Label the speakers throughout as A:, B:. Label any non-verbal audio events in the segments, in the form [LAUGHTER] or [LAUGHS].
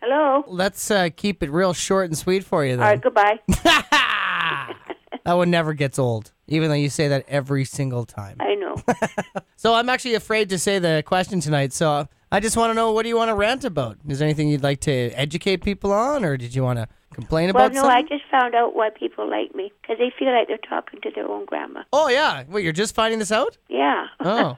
A: Hello.
B: Let's uh, keep it real short and sweet for you,
A: All
B: [LAUGHS]
A: right.
B: then.
A: Goodbye.
B: that one never gets old, even though you say that every single time.
A: I know.
B: So I'm actually afraid to say the question tonight. So I just want to know what do you want to rant about? Is there anything you'd like to educate people on, or did you want to complain
A: well,
B: about
A: no,
B: something?
A: I just found out why people like me because they feel like they're talking to their own grandma.
B: Oh yeah. Wait, you're just finding this out?
A: Yeah. [LAUGHS]
B: Oh.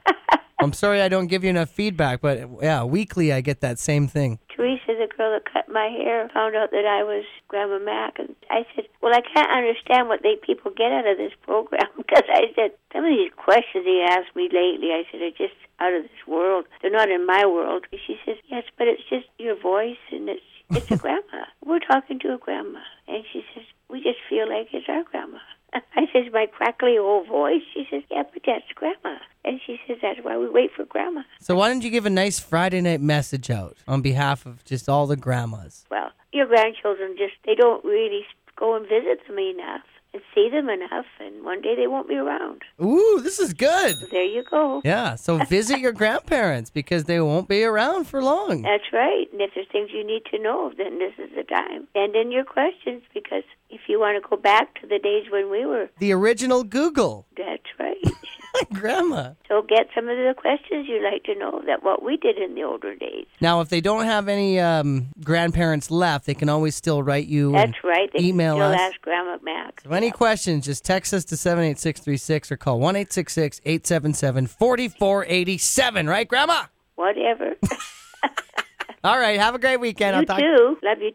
B: I'm sorry I don't give you enough feedback, but yeah, weekly I get that same thing.
A: Teresa, the girl that cut my hair, found out that I was Grandma Mac, and I said, "Well, I can't understand what they people get out of this program." [LAUGHS] Because I said, "Some of these questions they asked me lately, I said, are just out of this world. They're not in my world." And she says, "Yes, but it's just your voice, and it's it's a grandma. We're talking to a grandma." And she says, "We just feel like it's our grandma." [LAUGHS] I says, "My crackly old voice." She says, "Yeah, but that's grandma." And she says, "That's why we wait for grandma."
B: So why don't you give a nice Friday night message out on behalf of just all the grandmas?
A: well, your grandchildren just they don't really go and visit them enough and see them enough, and one day they won't be around.
B: Ooh, this is good.
A: There you go.
B: Yeah, so visit your grandparents because they won't be around for long.
A: That's right. And if there's things you need to know, then this is the time. Send in your questions because if you want to go back to the days when we were,
B: The original Google. [LAUGHS]
A: that's right.
B: Grandma.
A: so get some of the questions you'd like to know that what we did in the older days.
B: Now, if they don't have any um, grandparents left, they can always still write you. and
A: That's right. They can
B: email
A: still
B: us.
A: ask Grandma Mac.
B: So any questions, just text us to 78636 or call 1 877 4487. Right, Grandma? [LAUGHS]
A: Whatever.
B: All right. Have a great weekend.
A: you
B: I'll talk
A: too. Love you